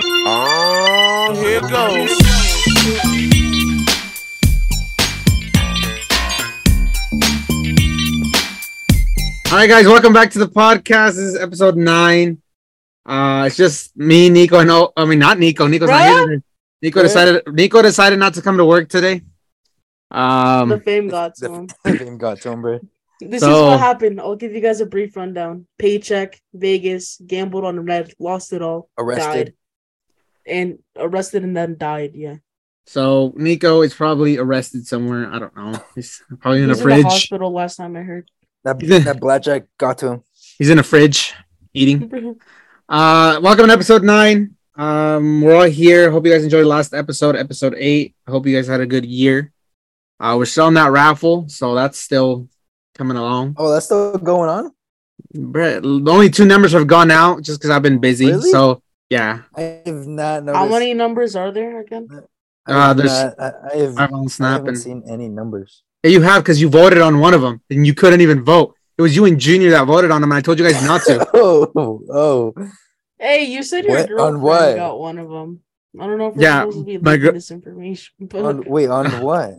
Oh, here goes. All right, guys, welcome back to the podcast. This is episode nine. Uh, it's just me, Nico, and oh, I mean not Nico. Nico's not here. Bruh? today. Nico Bruh. decided. Nico decided not to come to work today. the Um, fame gods the- one. Fame got somber. This is So- what happened. I'll give you guys a brief rundown. Paycheck, Vegas, gambled on red, lost it all, Arrested. died, and arrested and then died. Yeah, so Nico is probably arrested somewhere. I don't know. He's probably in He's a in the fridge. hospital last time I heard. That, that blackjack got to him. He's in a fridge eating. Uh, welcome to episode nine. Um, we're all here. Hope you guys enjoyed last episode, episode eight. I hope you guys had a good year. Uh, we're still on that raffle, so that's still coming along. Oh, that's still going on? Brett, only two numbers have gone out just because I've been busy. Really? So yeah, I have not noticed. How many numbers are there again? I have Uh, there's- not- I, I have, I'm on I Snap, haven't and seen any numbers. Yeah, you have because you voted on one of them, and you couldn't even vote. It was you and Junior that voted on them, and I told you guys not to. oh, oh. Hey, you said your What? On girlfriend what? got one of them. I don't know if we're Yeah, supposed to be my leaking gir- this information, but On, wait, on what?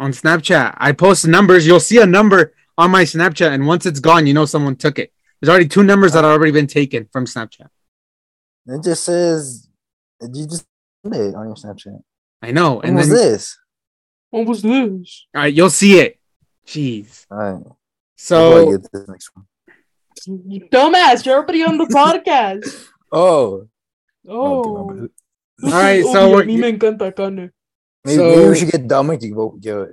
on Snapchat, I post numbers. You'll see a number on my Snapchat, and once it's gone, you know someone took it. There's already two numbers that have already been taken from Snapchat. It just says you just did it on your Snapchat. I know, When and was then this? what was this? all right, you'll see it. Jeez. All right. So get this next one. You dumbass! You're already on the podcast. Oh, Oh, All right, so Oh, we're- me me encanta carne. maybe, So- maybe we should get Dominic to vote. Yo,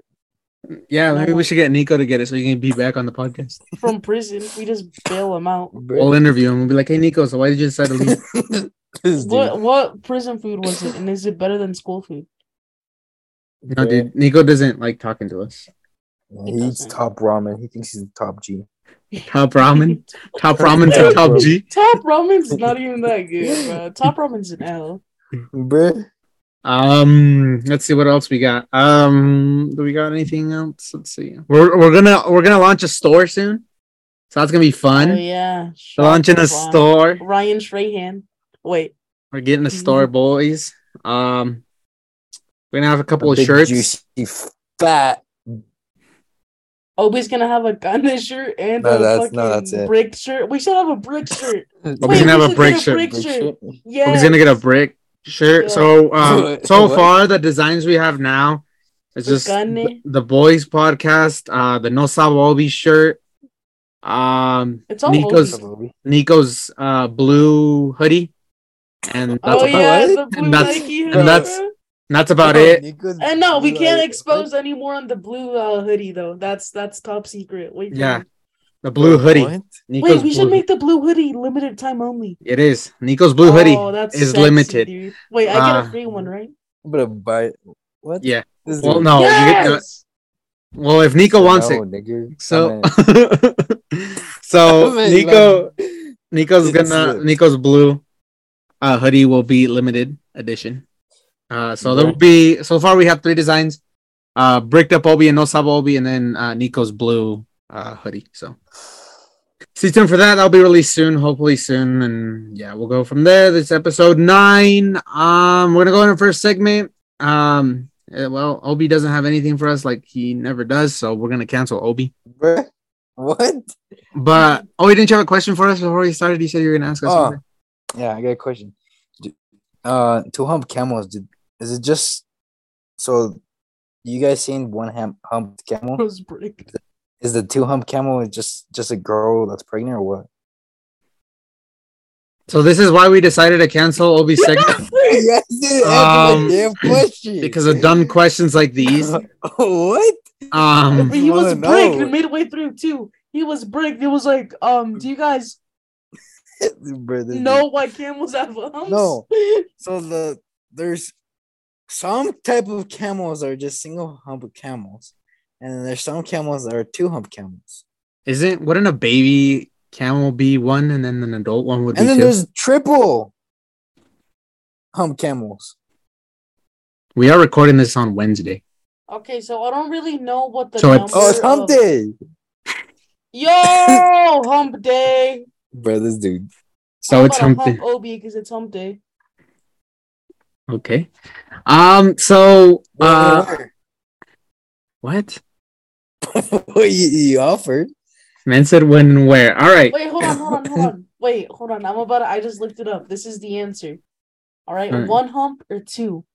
yeah, maybe we should get Nico to get it so you can be back on the podcast. from prison. We just bail him out. We'll interview him. We'll be like, "Hey, Nico, so why did you decide to leave?" This dude. What what prison food was it, and is it better than school food? no, dude, Nico doesn't like talking to us. He eats doesn't. top ramen. He thinks he's the top G. Top ramen, top ramen, to top G. Top ramen's not even that good, bro. Top ramen's an L. Bruh. Um, let's see what else we got. Um, do we got anything else? Let's see. We're we're gonna we're gonna launch a store soon, so that's gonna be fun. Oh yeah, We're launching a Shop store. Ryan. Ryan Strahan. Wait, We're getting Mm-hmm. a store, boys. Um, we're gonna have a couple A of big, shirts. Juicy, fat. Obi's gonna have a gun shirt and No, a that's- fucking no, that's it. brick shirt. We should have a brick shirt. We're gonna we have a should brick get shirt. Big shit. Yeah, He's gonna get a brick shirt. Yeah. So, um, so What? far the designs we have now is The just gun. the, the boys podcast, uh, the No Sabobi shirt, um, It's all Nico's Obi's. Nico's uh blue hoodie, and that's Oh about, yeah, it. the blue And that's- Nike hoodie, and that's- bro. that's about it. And no, we can't expose any more on the blue uh, hoodie though. That's that's top secret. Wait, for Yeah, it. The blue hoodie. Nico's Wait, we should blue- make the blue hoodie limited time only. it is Nico's blue hoodie. Oh, that's is sexy, limited. dude. Wait, I get Ah. a free one, right? I'm gonna buy it. What? Yeah. This Well, dude- no, you get the- yes! well, if Nico wants No, it, nigga. so Come so Come in, Nico Nico's It's gonna lit. Nico's blue uh hoodie will be limited edition. Uh, so there Yeah. will be so far we have three designs. Uh, bricked up Obi and no sub Obi, and then uh, Nico's blue uh, hoodie. So Stay tuned for that. That'll be released soon, hopefully soon. And yeah, we'll go from there. This is episode nine. Um, we're gonna go in our first segment. Um, eh, well, Obi doesn't have anything for us, like he never does. So we're gonna cancel Obi. on. Bruh. What? But oh, didn't you have a question for us before we started? You said you were gonna ask us. Oh. something. Yeah, I got a question. Do- Uh, to hump camels, did, is it just so? You guys seen one ham humped camel? Rose brick. Is the two hump camel just just a girl that's pregnant or what? So this is why we decided to cancel Obi's segment Wait, guys didn't Um, question because of dumb questions like these. what? Um, he Well, was no. bricked midway through too. He was bricked. It was like, um, do you guys Bruh, this dude- know why camels have humps? No. So the there's some type of camels are just single hump camels, and then there's some camels that are two hump camels, isn't wouldn't a baby camel be one, and then an adult one would and be then two? there's triple hump camels. We are recording this on Wednesday. Okay, so I don't really know what the So it's- number Oh, it's hump of- day, Yo, hump day. bro. This dude. So it's I'm hump gonna day. hump Obi because it's hump day. Okay. Um. So. Uh. Wait, What? wait, wait. you, you offered. Man said when and where. All right. Wait, hold on, hold on, hold on. Wait, hold on. I'm about. To, I just looked it up. This is the answer. All right, Alright. one hump or two.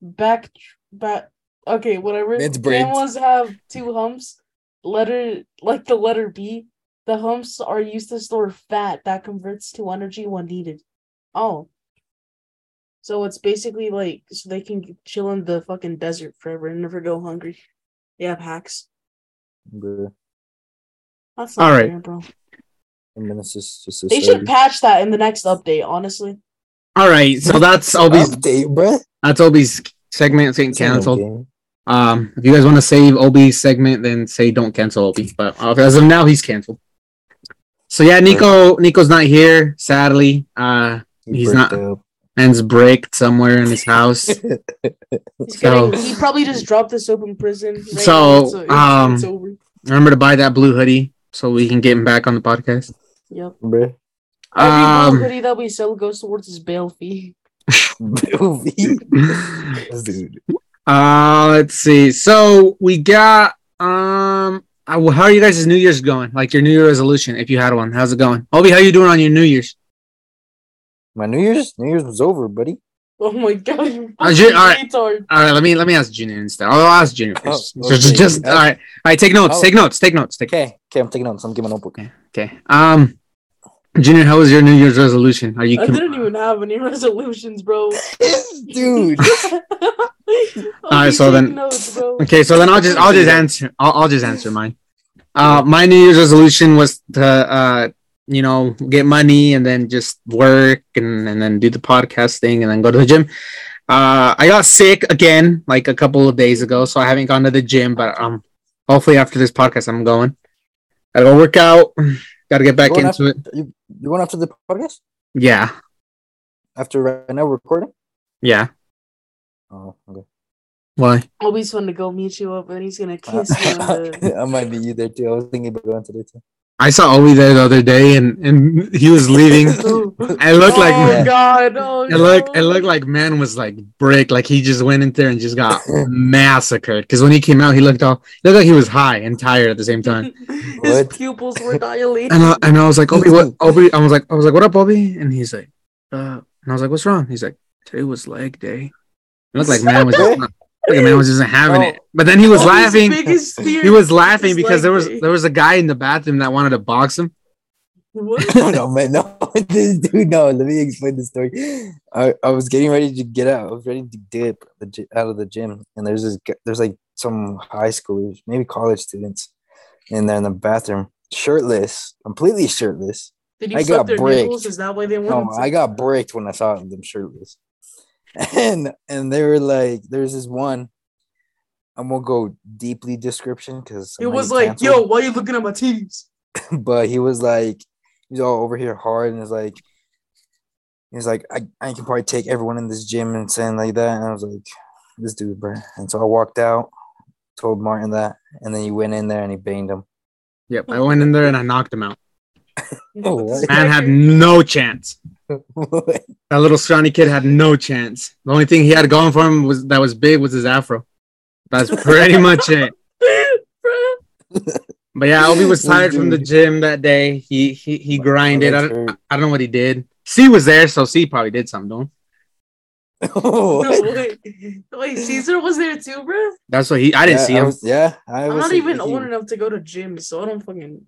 Back, back. Okay, whatever. It's braids. Camels have two humps. Letter like the letter B. The humps are used to store fat that converts to energy when needed. Oh. So it's basically like so they can chill in the fucking desert forever and never go hungry. They have hacks. That's not Alright. fair, bro. Just, just They should patch that in the next update, honestly. All right. So that's Obi's. update, bro. That's Obi's segment getting It's not a canceled. game. Um. If you guys want to save Obi's segment, then say don't cancel Obi. But uh, as of now, he's canceled. So yeah, Nico. Nico's not here. Sadly. Uh. You He's bricked not- Man's bricked somewhere in his house. He's So- getting, he probably just dropped this open prison. right So, now, it's, um, it's over. Remember to buy that blue hoodie so we can get him back on the podcast. Yep. Bruh. Every Um, blue hoodie that we sell goes towards his bail fee. Dude. Uh, let's see. So we got um. uh, well, How are you guys' New Year's going? Like your New Year resolution, if you had one. How's it going, Obi? How you doing on your New Year's? My New Year's New Year's was over, buddy. Oh my god, you I ju- fucking alright. retard. All right, let me let me ask Junior instead. I'll ask Junior Oh, first. Just- just, okay. just- all right, all right. Take notes. Oh. Take notes. Take notes. Take Okay, okay, I'm taking notes. I'm getting my notebook. okay. Um, Junior, how was your New Year's resolution? Are you? I com- didn't even have any resolutions, bro. Dude, I'll be so then- taking notes, bro. Okay, so then I'll just I'll just answer I'll, I'll just answer mine. Uh, my New Year's resolution was to uh, you know get money and then just work and, and then do the podcast thing and then go to the gym. Uh, I got sick again like a couple of days ago, so I haven't gone to the gym. But um, hopefully after this podcast, I'm going. Gotta go work out. Gotta get back Going into after- it. you you going after the podcast? Yeah, After right now we're recording? yeah. Oh, okay. Why? Obi's fun to go meet you up, and he's gonna kiss you. in the- I might be you there too. I was thinking about going today too. I saw Obi there the other day, and and he was leaving. I looked like oh Yeah. god, oh It looked no. it looked like man was like brick, like he just went in there and just got massacred. Because when he came out, he looked all he looked like he was high and tired at the same time. His What? pupils were dilated. And I, and I was like, Obi, what? Obi, I was like, I was like, what up, Obi? And he's like, uh, and I was like, what's wrong? He's like, today was leg day. It looked like man was just not, like man was just not having it. But then he was Obi's laughing. biggest fear He was laughing is because leg there was day. there was a guy in the bathroom that wanted to box him. What? no, no, man, no, this dude, no. Let me explain the story. I, I was getting ready to get out. I was ready to dip the, gy- out of the gym, and there's this. gu- There's like some high schoolers, maybe college students, and they're in the bathroom, shirtless, completely shirtless. Did you I suck got their bricked. nipples? Is that why they No, wanted to? I got bricked when I saw them shirtless, and and they were like, "There's this one." I'm gonna go deeply description because it was like, yo, why you looking at my titties? but he was like he's all over here hard and is like he's like I, I can probably take everyone in this gym and saying like that and I was like this dude bro and so I walked out told Martin that and then he went in there and he banged him Yep, I went in there and I knocked him out. Oh, what? Man had no chance. That little scrawny kid had no chance. The only thing he had going for him was that was big was his afro. That's pretty much it. Bruh. But yeah, Obi was tired from the gym that day. He he he grinded. I don't, I don't know what he did. C was there, so C probably did something. Don't. No, wait. Wait, Caesar was there too, bro. That's what he. I didn't yeah, see I him. was, yeah I I'm was not like, even he- old enough to go to gym, so I don't fucking.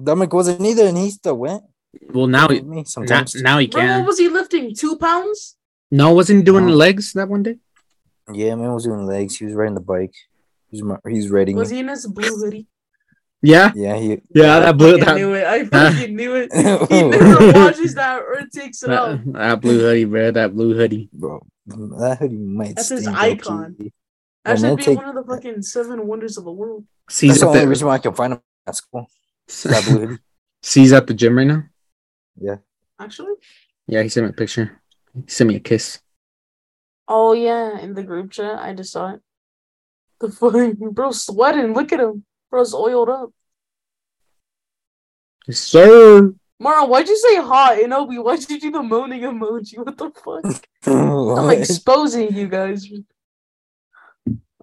Dominic wasn't either and he still went well, now he with me now, sometimes now he Bro, what can. was he lifting? Two pounds? No, wasn't he doing No. legs that one day? yeah man was doing legs he was riding the bike he's my, he's riding Was me. he in his blue hoodie? Yeah, yeah he yeah, that blue I that knew it. I fucking knew it. He Oh. never knew- watches that or takes it out. that, that blue hoodie, bro. That blue hoodie. bro that hoodie might That's his stink, low-key. icon. Yeah, That should man, be take- one of the fucking seven wonders of the world. C's That's the at only the, reason why I can find him at school. That blue hoodie. C's at the gym right now. Actually. Yeah, he sent me a picture. He sent me a kiss. Oh yeah, in the group chat, I just saw it. The fucking bro sweating. Look at him. Bro's oiled up. Yes, sir. Mara, why'd you say hot? And Obi, why'd you do the moaning emoji? What the fuck? I'm exposing you guys.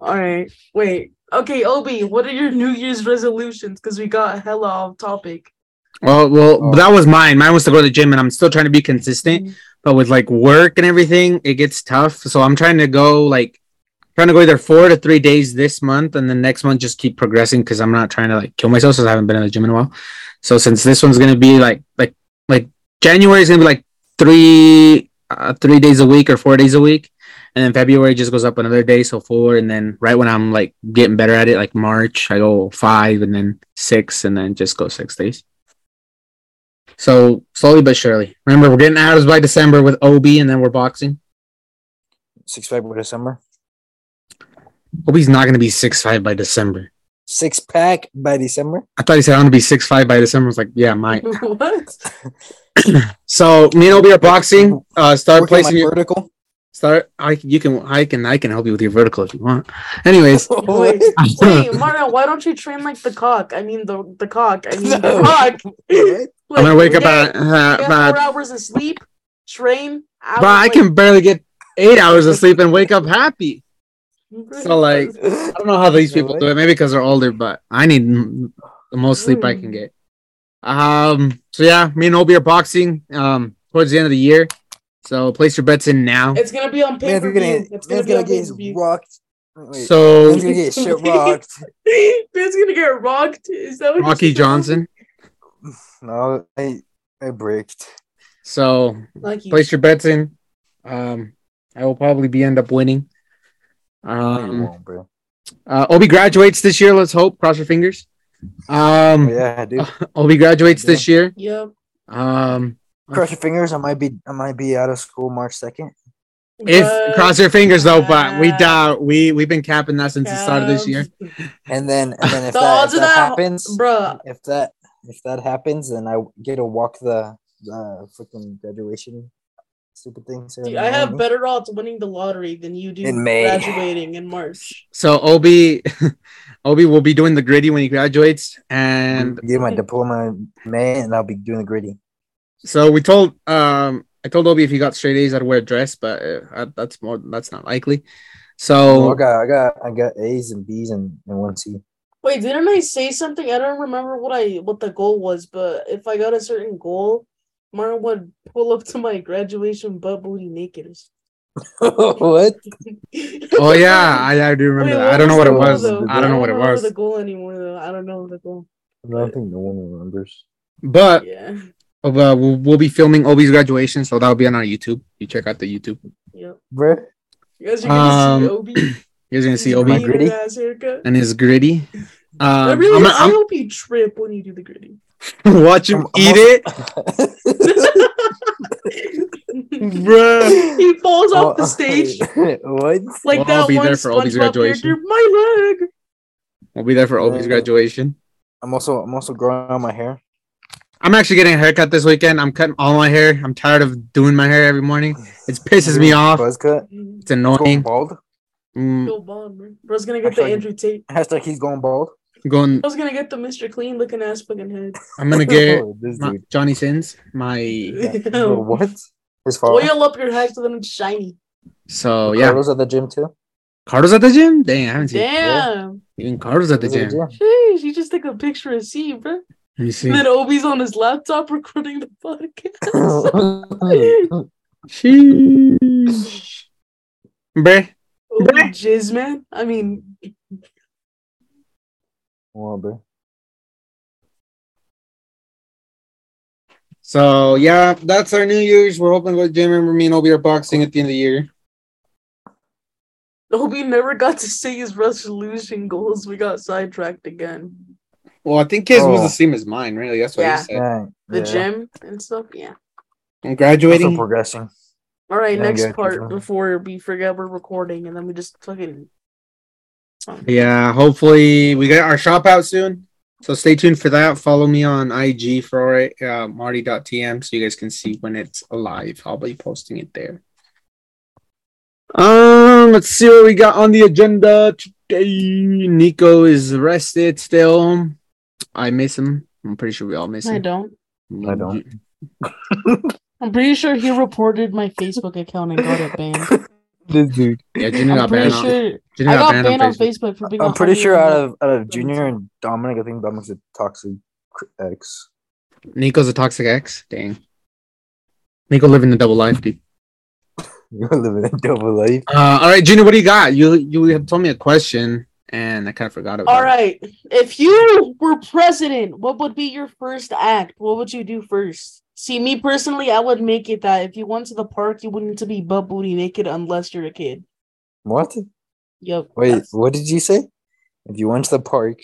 Alright, wait. Okay, Obi, what are your New Year's resolutions? Because we got hella off topic. Well, well, Oh. that was mine. Mine was to go to the gym, and I'm still trying to be consistent. But with like work and everything, it gets tough. So I'm trying to go like trying to go either four to three days this month, and then next month just keep progressing because I'm not trying to like kill myself since I haven't been in the gym in a while. So since this one's gonna be like like like January is gonna be like three uh, three days a week or four days a week, and then February just goes up another day, so four, and then right when I'm like getting better at it, like March, I go five, and then six, and then just go six days. So slowly but surely. Remember, we're getting out by December with OB, and then we're boxing. Six pack by December. OB's not going to be six five by December. Six pack by December. I thought he said I'm going to be six five by December. I was like, yeah, mine. what? So me and OB are boxing. Uh, start Working placing my your vertical. start. I you can I can I can help you with your vertical if you want. Anyways, Wait, wait, Mara, why don't you train like the cock? I mean the the cock. I mean the No. cock. What? I'm gonna wake up at at uh, about four hours of sleep, train. hours, But I like- can barely get eight hours of sleep and wake up happy. So like, I don't know how these Yeah, people what? do it. Maybe because they're older, but I need m- the most sleep I can get. Um. So yeah, me and Obi are boxing. Um. Towards the end of the year, so place your bets in now. It's gonna be on pay Man's per gonna, view. man's It's gonna gonna be on get pay his per view. rocked. Wait, So man's gonna get his shit rocked. Man's gonna get rocked. Is that what you Rocky said? Johnson. No, I I bricked. So Lucky. place your bets in. Um. I will probably be end up winning. No, you Um. won't, bro. Uh, Obi graduates this year. Let's hope. Cross your fingers. Oh, Um. yeah, I do. Obi graduates this year. Yep. Um. Cross your fingers. I might be I might be out of school March second. If But- cross your fingers though, but we uh, doubt we we've been capping that since the start of this Cavs. year. And then and then if The that, odds if of that that- happens, Bruh, if that if that happens, then I get to walk the the freaking graduation stupid thing. dude, ceremony. I have better odds winning the lottery than you do In May. graduating in March. So Obi Obi will be doing the gritty when he graduates. And get my diploma in May, and I'll be doing the gritty. so we told um I told Obi if he got straight A's I'd wear a dress, but uh, uh, that's more that's not likely. Oh, I So got I got I got A's and B's and, and one C. Wait, didn't I say something? I don't remember what I what the goal was, but if I got a certain goal, Martin would pull up to my graduation butt booty naked. or what? something. oh yeah, I, I do remember Wait, that. I don't know what the it goal, was. though? I don't know what it remember was. The goal anymore though. I don't know the goal. I don't think no one remembers. But Yeah. uh, we'll, we'll be filming Obi's graduation, so that'll be on our YouTube. You check out the YouTube. Yep. Bruh. You guys are gonna Um, see Obi. You guys gonna see His Obi My gritty? weird-ass haircut. and his gritty. Um, I really, I'm- i I'm- hope you trip when you do the gritty. Watch him I'm- I'm eat also- it, bruh. he falls off the stage what? like Oh, Well, I'll that be one there for Obi's SpongeBob character. graduation. My leg. We'll be there for Obi's Yeah. graduation. I'm also I'm also growing out my hair. I'm actually getting a haircut this weekend. I'm cutting all my hair. I'm tired of doing my hair every morning. It pisses me off. Buzz cut. Go He's It's going annoying. bald. Mm, Bond, bro. Bro's gonna get the Actually- Andrew Tate. Hashtag he's going bald. going. Bro's gonna get the Mr. Clean looking ass fucking head. I'm gonna get Oh, this my, dude. Johnny Sins my. Bro, what? His father. Oil up your head so then it's shiny. So Oh, yeah, Carlos at the gym too. Cardo's at the gym. Dang, I haven't seen Damn. even Cardo's at the Carlos gym. Let Jeez, you just take a picture and see, bro. me see. And then Obi's on his laptop recording the podcast. gym. Sheesh. Bruh. Obi jizz, man. I mean, Wow, bro. So yeah, that's our New Year's. We're hoping to go to the gym. Remember, me and Obi are boxing at the end of the year. Obi never got to say his resolution goals. We got sidetracked again. Well, I think his was Oh. the same as mine. Really, that's what Yeah. he said. Yeah, The yeah. gym and stuff, yeah. I'm Also graduating. progressing. All right, Yeah, next good, part good. before we forget we're recording and then we just fucking. Yeah, hopefully we get our shop out soon. So stay tuned for that. Follow me on IG for it, uh, Marty.tm, so you guys can see when it's live. I'll be posting it there. Um, let's see what we got on the agenda today. Nico is rested still. I miss him. I'm pretty sure we all miss I him. don't. I don't. I'm pretty sure he reported my Facebook account and got it banned. This dude. Yeah, Junior I'm got pretty banned. on- sure Junior I got got banned, banned on on Facebook. Facebook for being. a I'm pretty hobby sure out owner. of out of Junior and Dominic, I think Dominic's a toxic cr- ex. Nico's a toxic ex. Dang. Nico living the double life, dude. You're living a double life. Uh, all right, Junior, what do you got? You you had told me a question, and I kind of forgot about All it. right. If you were president, what would be your first act? What would you do first? See, me personally, I would make it that if you went to the park, you wouldn't to be butt booty naked unless you're a kid. What? Yep. Wait, that's- what did you say? If you went to the park,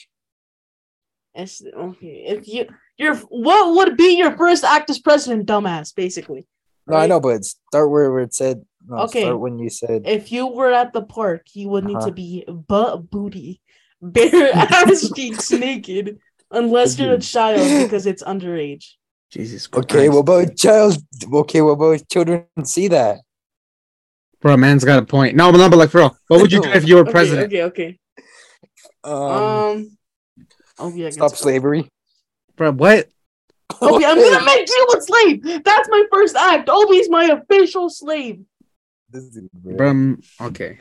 that's- okay. If you, your, what would be your first act as president, dumbass? Basically, no, I know, but start where, where it said. No, Okay. Start when you said. if you were at the park, you would need Uh-huh. to be butt booty, bare ass cheeks naked, unless you're a child because it's underage. Jesus Christ. Okay, what about child? Okay, what about children see that? Bro, man's got a point. No, but not but like for real. What would you do if you were Okay, president? Okay, okay. Um, Um. Oh yeah. I guess- stop slavery. Bro, what? Okay, I'm gonna make you a slave. That's my first act. Obi's my official slave. This dude, bro. Bro, um, okay.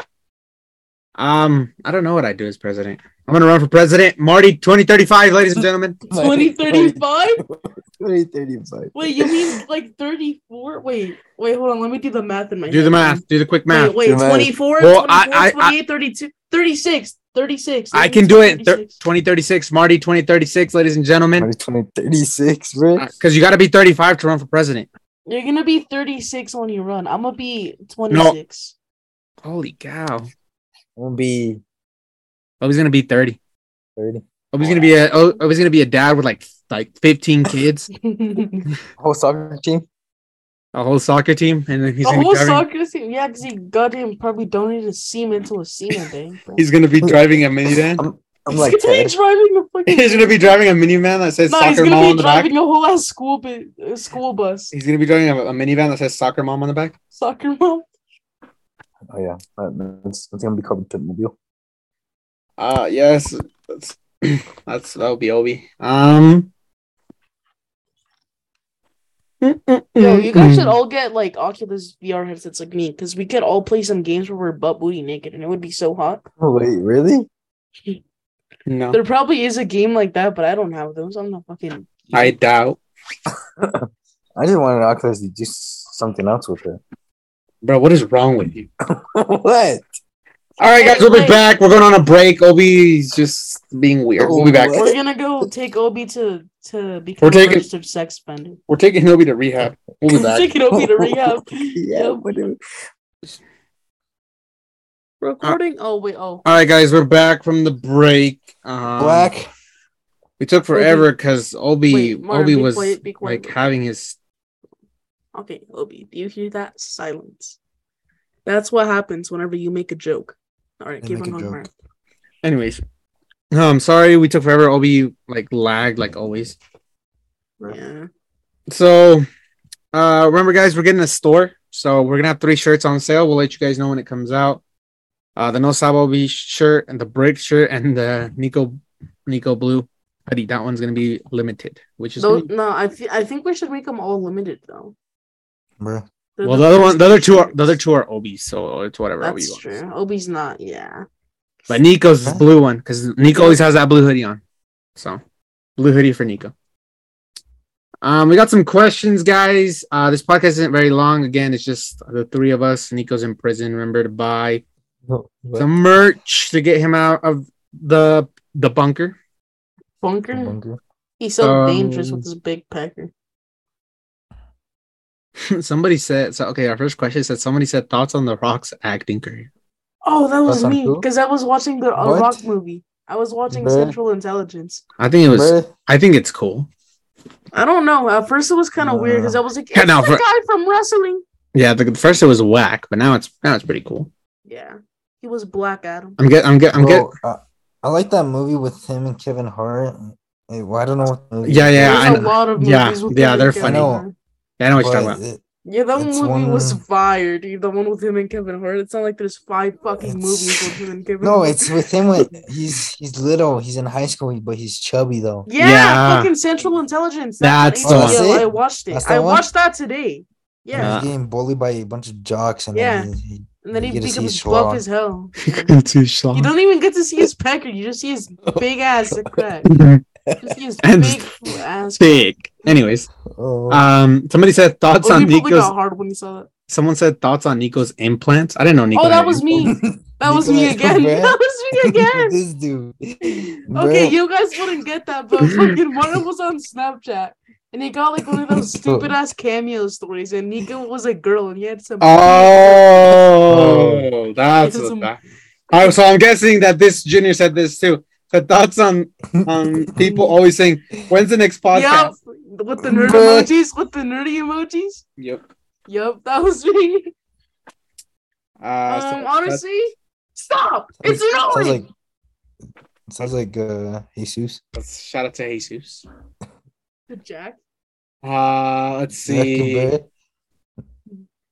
Um, I don't know what I do as president. I'm gonna run for president. Marty 2035, ladies and gentlemen. Like, 2035? 2035. Wait, you mean like 34? Wait, wait, hold on. Let me do the math in my Do the head. math. Do the quick math. Wait, wait Do the math. 24, Well, 24, I- I- I- 28, 32, 36, 36. I can do it. Thir- 36. 2036, Marty 2036, ladies and gentlemen. 2036, bro. Because you got to be 35 to run for president. You're gonna be 36 when you run. I'm gonna be 26. Holy cow. will be Obi's gonna be 30. 30. Oh, Obi's gonna be a O- Obi's gonna be a dad with like like 15 kids, Whole soccer team. a whole soccer team, and then he's the gonna whole be driving, soccer team, yeah, because he goddamn probably donated semen to a semen thing. bro. he's gonna be driving a minivan. I'm, I'm like he's gonna Ted. be driving a fucking. he's gonna be driving a minivan that says no, he's soccer mom gonna on be the back. driving a whole ass school bi- uh, school bus. He's gonna be driving a, a minivan that says soccer mom on the back. Soccer mom. Oh yeah, that, that's, that's gonna be called the mobile. Uh yes. That's that's that'll be Obi. Um Yo, you guys Hmm. should all get like Oculus VR headsets like me, because we could all play some games where we're butt booty naked, and it would be so hot. Oh wait, really? No. There probably is a game like that, but I don't have those. I'm not fucking. I doubt. I just wanted Oculus to do s- something else with it. Bro, what is wrong with you? what? All right, guys, we'll be back. We're going on a break. Obi's just being weird. We'll be back. We're gonna go take Obi to to become We're taking- a registered sex offender. We're taking Obi to rehab. We'll be back. taking Obi to rehab. Yeah. Yep. What do- Recording. Oh wait. Oh. All right, guys, we're back from the break. Um, Black. We took forever because Obi Wait, Martin, Obi be was quiet, be quiet. like having his. Okay, Obi. Do you hear that silence? That's what happens whenever you make a joke. All right, I keep make on a going. joke. Mark. Anyways, no, I'm Um, sorry we took forever. Obi like lagged like always. Right. Yeah. So, uh, remember, guys, we're getting a store. So we're gonna have three shirts on sale. We'll let you guys know when it comes out. Uh, the No Sabo Obi shirt and the Brick shirt and the Nico Nico Blue hoodie. That one's gonna be limited, which is Though, gonna- no, I thi- I think we should make them all limited though. Bruh. They're well. The other one, the other two are first the other two are Obis, so it's whatever Obi That's wants. true. Obi's not. Yeah. But Nico's is Huh? blue one because Nico always has that blue hoodie on. So blue hoodie for Nico. Um, we got some questions, guys. Uh, this podcast isn't very long. Again, it's just the three of us. Nico's in prison. Remember to buy No, what? some merch to get him out of the the bunker. Bunker. Bunker. He's so Um, dangerous with his big pecker. somebody said so. Okay, our first question said somebody said thoughts on the Rock's acting career. Oh, that was That's on me who? because I was watching the a What? rock movie. I was watching Bruh. Central Intelligence. I think it was. Bruh. I think it's cool. I don't know. At first, it was kind of weird because I was like, Yeah, "It's no, the for- guy from wrestling." Yeah, the, first it was whack, but now it's now it's pretty cool. Yeah, he was Black Adam. I'm get I'm get I'm get. Bro, I, I like that movie with him and Kevin Hart. Hey, well, I don't know. What movie Yeah, it yeah, is, I There's know. a lot of Yeah, movies with yeah, him they're and Kevin funny. Hart. I know what you're but talking about. it- Yeah, that That's movie was one- fire, dude. The one with him and Kevin Hart. It's not like there's five fucking movies with him and Kevin No, Hart. it's with him. With, he's he's little. He's in high school, but he's chubby though. yeah, Yeah. fucking Central Intelligence. That's on the one. HBO. That's it? I watched it. That's the I one? watched that today. Yeah, Yeah. He's getting bullied by a bunch of jocks, and then he- he- and then you he get to see becomes his buff schlong. as hell. Too You strong. don't even get to see his pecker. You just see his big ass crack. You just see his And big ass. Thick. Anyways, oh, um, somebody said thoughts Oh, on you probably Nico's. got hard when you saw that. Someone said thoughts on Nico's implants. I didn't know Nico. oh, that had was me. implants. That was me Nicolas again. Cage. That was me again. this dude. Okay, Bruh. you guys wouldn't get that, but fucking Mario was on Snapchat and he got like one of those stupid ass cameo stories, and Nico was a girl and he had some. Oh, that's This is what a- that. All right, so I'm guessing that this junior said this too. The thoughts on on people always saying, "When's the next Yep, podcast?" with the nerd Bruh. emojis, with the nerdy emojis. Yep. Yep, that was me. Uh, so Um, that's- honestly, stop. It's sounds annoying. like sounds like uh, Jesus. that's- shout out to Jesus. Jack. Uh, let's see. Zuckerberg.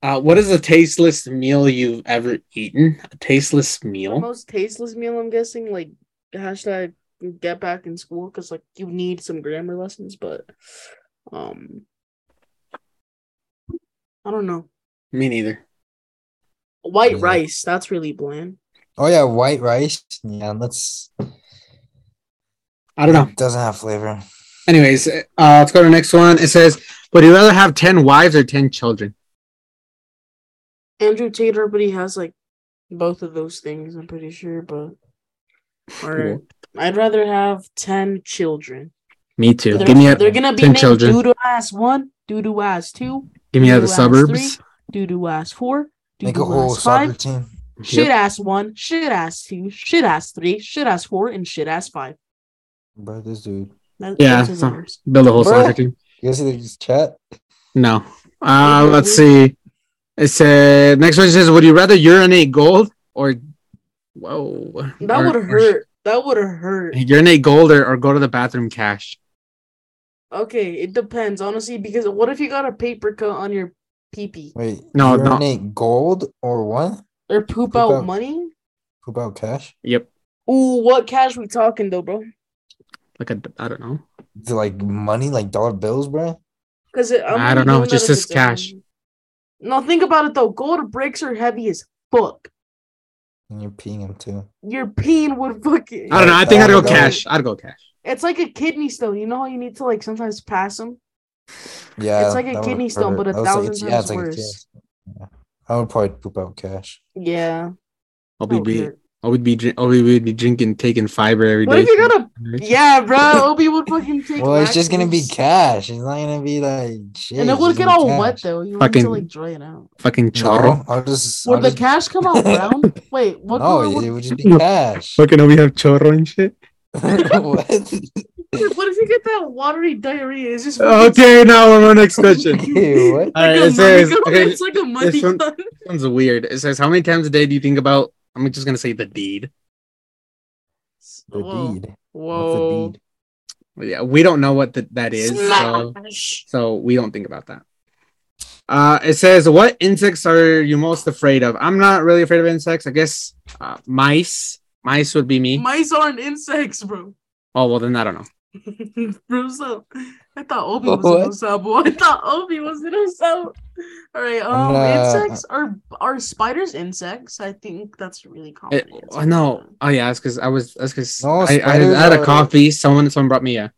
Uh, what is a tasteless meal you've ever eaten? A tasteless The meal? most tasteless meal, I'm guessing. Like hashtag get back in school because like you need some grammar lessons, but um, I don't know. Me neither. White Yeah. rice. That's really bland. Oh yeah, white rice. Yeah, that's I don't know. doesn't have flavor. Anyways, uh, let's go to the next one. It says, "Would you rather have ten wives or ten children?" Andrew Tate already has like both of those things. I'm pretty sure, but or I'd rather have ten children. Me too. They're, Give me a they're gonna be ten named children. doo doo ass one, doo doo ass two, give me out of the Two out of suburbs. doo doo ass four, doo Make a doo whole ass soccer five, team. shit Yep. ass one, shit ass two, shit ass three, shit ass four, and shit ass five. Bro, this dude. That- Yeah, that's his so- numbers. Build a whole Bruh. soccer team. You guys see this chat? No. Uh, let's see. It said next one says, "Would you rather urinate gold or whoa? That or- would or- hurt. That would hurt. Urinate gold or, or go to the bathroom cash? Okay, it depends, honestly, because what if you got a paper cut on your pee pee Wait, No, no. urinate gold or what? or poop Poop out, out. money? Poop out cash? Yep. Ooh, what cash we talking though, bro? Like a, I don't know. Is it like money, like dollar bills, bro? Because I don't know, it just says cash. No, think about it though. Gold bricks are heavy as fuck. And you're peeing him too. Your peen would fucking. I don't know. I think I'd go Dollar. cash. I'd go cash. It's like a kidney stone. You know how you need to like sometimes pass them. Yeah. It's like a that would kidney stone, hurt. but a That was like- thousand it's- yeah, times it's like a worse. kid- yeah. I would probably poop out cash. Yeah. I'll be, that would be hurt. I'll be drink, I'll be, be drinking taking fiber every day. What if you got a? from- Yeah, bro. Obi would fucking take. Well, it's just gonna be laxatives. cash. It's not gonna be like shit. And it it's would just get gonna be all wet cash. though. You Fucking- would like dry it out. fucking chorro? No, I'll just. Would I'll the just- cash come out brown? Wait, what no, color would it would just be cash. Fucking over have chorro and shit. what? Dude, what if you get that watery diarrhea? It's just Okay, now on our next question. Hey, what? All right, like a it says, money- okay, it's like a money this one- gun. this one's weird. It says, how many times a day do you think about? I'm just gonna say the deed. The Whoa. deed. What's the Whoa. deed? Yeah, we don't know what the, that is, so Smash. so we don't think about that. Uh, it says, what insects are you most afraid of? I'm not really afraid of insects. I guess uh, mice. Mice would be me. Mice aren't insects, bro. oh well, then I don't know. bro, so I thought Obi was What? an Osabo. I thought Obi was an Osabo. All right, um, Nah. insects are are spiders insects? I think that's a really common. It, answer. oh, no. Oh yeah, that's because I was that's because No, I, I, spiders I had a are- coffee. Someone someone brought me a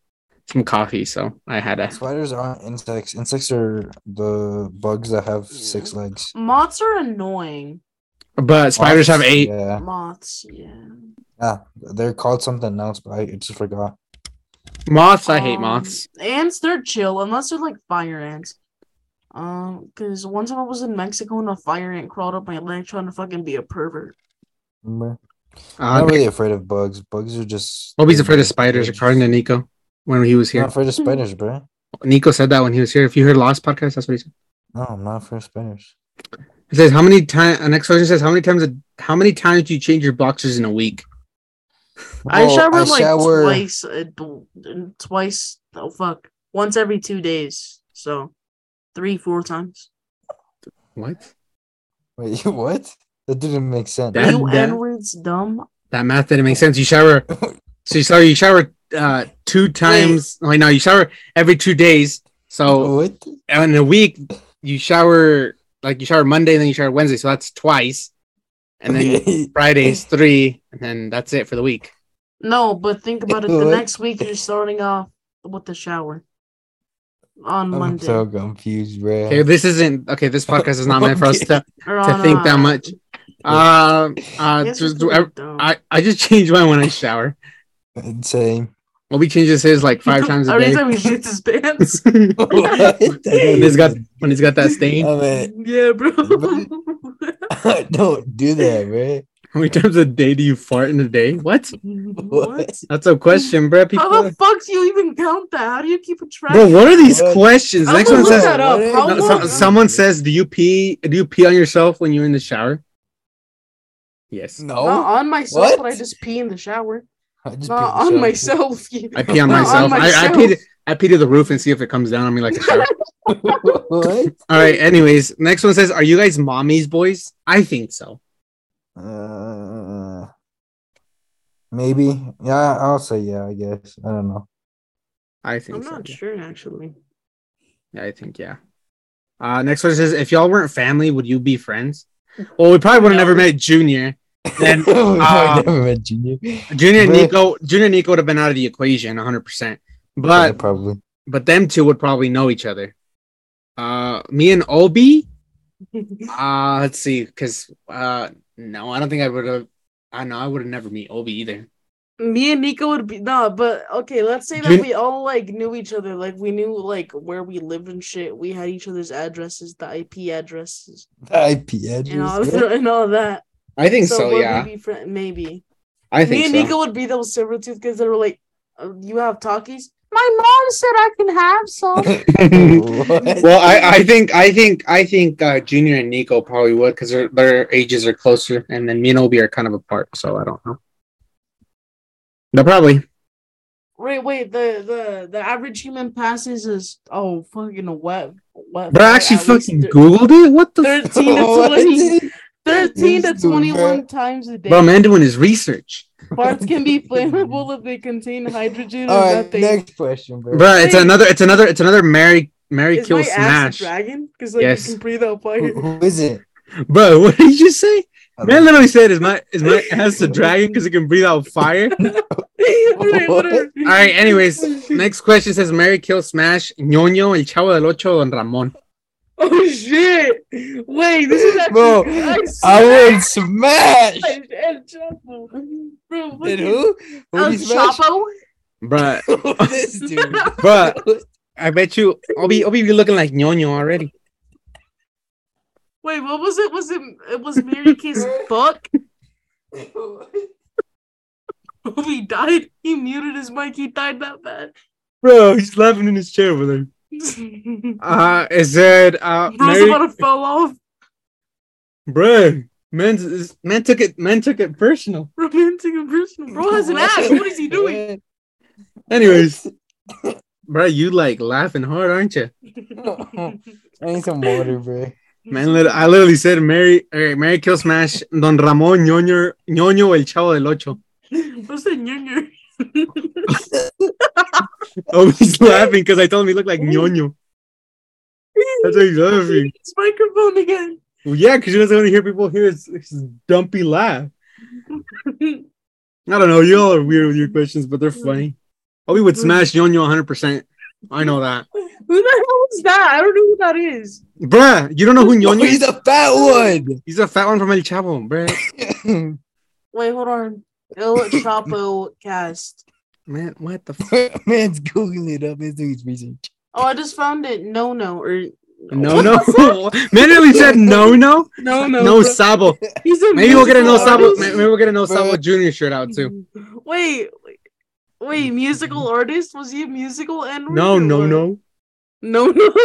some coffee, so I had a. Spiders aren't insects. Insects are the bugs that have six legs. Moths are annoying. But spiders have Moths, eight. Yeah. Moths, yeah. yeah, they're called something else, but I just forgot. Moths, I hate Um, moths. Ants, they're chill unless they're like fire ants. Um, because one time I was in Mexico and a fire ant crawled up my leg trying to fucking be a pervert. Remember? I'm Uh, not really afraid of bugs. Bugs are just. Obi's they're afraid of just- spiders, they're according to just- Nico when he was I'm here. not afraid of spiders, bro. Nico said that when he was here. If you heard last podcast, that's what he said. No, I'm not afraid of spiders. It says how many times. Uh, next question says how many times a, how many times do you change your boxers in a week? I Well, shower like shower- twice, a d- twice. Oh fuck, once every two days. So three, four times. What? Wait, what? That didn't make sense. That- you that- N words dumb. That math didn't make sense. You shower. So you shower. You shower uh, two times. Wait, no, you shower every two days. So what? in a week, you shower like you shower Monday, then you shower Wednesday. So that's twice, and then Okay. Friday's three, and then that's it for the week. No, but think about it. The What? next week you're starting off with the shower on I'm Monday Um, so confused, bro. Okay, this isn't okay. This podcast is not meant for us to, or to on, think that uh, much. Um, uh, yes, just- it's pretty I- dumb. I I just change mine when I shower. Same. Well, we change this is like five times a Every day. time he shits his pants. What? Oh, when he's got when he's got that stain. I mean, yeah, bro. don't do that, bro. How many times a day do you fart in a day? What? what? That's a question, bro. People, How the fuck do you even count that? How do you keep a track? bro, what are these What? questions? I'm Next gonna one look says that up. What? How no, long- so- someone says, "Do you pee? Do you pee on yourself when you're in the shower?" Yes, No. Not Uh, on myself, What? but I just pee in the shower. I just Not picked on the myself. you- I pee on Not myself. on I, I myself. pee. To, I pee to the roof and see if it comes down on me like a shower. shower. what? All right. Anyways, next one says, "Are you guys mommy's boys?" I think so. Uh, maybe. Yeah, I'll say yeah. I guess. I don't know. I think. I'm so. not yeah. sure actually. Yeah, I think yeah. Uh, next one says, "If y'all weren't family, would you be friends?" Well, we probably would have never met Junior. Then I um, never met Junior. Junior and But- Nico, Junior and Nico would have been out of the equation 100. percent Yeah, But probably. but them two would probably know each other. Uh, me and Obi. Uh, let's see, because uh, no, I don't think I would have. I know I would have never meet Obi either. Me and Nico would be no, but okay. Let's say that Jun- we all like knew each other, like we knew like where we lived and shit. We had each other's addresses, the IP addresses, The IP address. and all right? and all that. I think so. would we yeah, be friend- maybe. I Me think and so. Nico would be those silver tooth kids that were like, uh, "You have talkies." My mom said I can have some. What? well, I, I think I think I think uh, Junior and Nico probably would because their their ages are closer, and then me and Obi are kind of apart, so I don't know. No, probably. Wait, wait. The the the average human passes is oh fucking a web web. But I actually at least fucking thir- googled it. What the f- thirteen to What? twenty. 13 to This dude, 21 times a day. bro? Man, doing his research, Parts can be flammable if they contain hydrogen All or right, methane. next question, bro. bro. It's Wait. another. It's another. It's another Mary Mary Is kill my ass smash, a dragon? Because like Yes. you can breathe out fire. Who- who is it? bro. What did you say? I Man don't literally said, "Is my is my ass a dragon because it can breathe out fire?" Literally, What? literally. All right. Anyways, next question says Mary kill smash Ñoño el Chavo del Ocho Don Ramon. Oh shit! Wait, this is actually. Bro, I would smash. smash El Chapo. Bro, look Did at- who? Who El did he smash? Chapo? Bruh, this dude. bruh, I bet you Obi Obi be looking like Ñoño already. Wait, what was it? Was it? It was Mary Kay's fuck. Oh, he died. He muted his mic. He died that bad. Bro, he's laughing in his chair over there. Bro's Uh it said uh about Mary to fall off. Bruh. Man, man took it man took it personal. Romantic and personal. Bro has an ass. What is he doing? Anyways. Bruh, you like laughing hard, aren't you? No. I need some water, bro. Man, lit- I literally said Mary er, Mary Kill Smash Don Ramon Ñoño Ñoño El Chavo del Ocho. What's that younger? Obi's laughing because I told him he looked like Ñoño. That's why he's laughing. His microphone again. Well, yeah, because you doesn't want to hear people hear his, his dumpy laugh. I don't know. You all are weird with your questions, but they're funny. Oh, we would smash Yonyo 100%. I know that. Who the hell is that? I don't know who that is. Bruh, you don't know who Yonyo he's is? a fat He's a fat one from El Chavo, bruh. one. Wait, hold on. El Chapo cast. Man, what the f- Man's googling it up. He's doing his research. Oh, I just found it. No, no, or No, no. Man, really said no, no. no, No sabo. He's a Maybe we'll get a no musical sabo. artist. Maybe we'll get a no sabo junior shirt out too. Mm-hmm. Wait, wait, wait, musical artist? Was he a musical and No, no, no. no, no.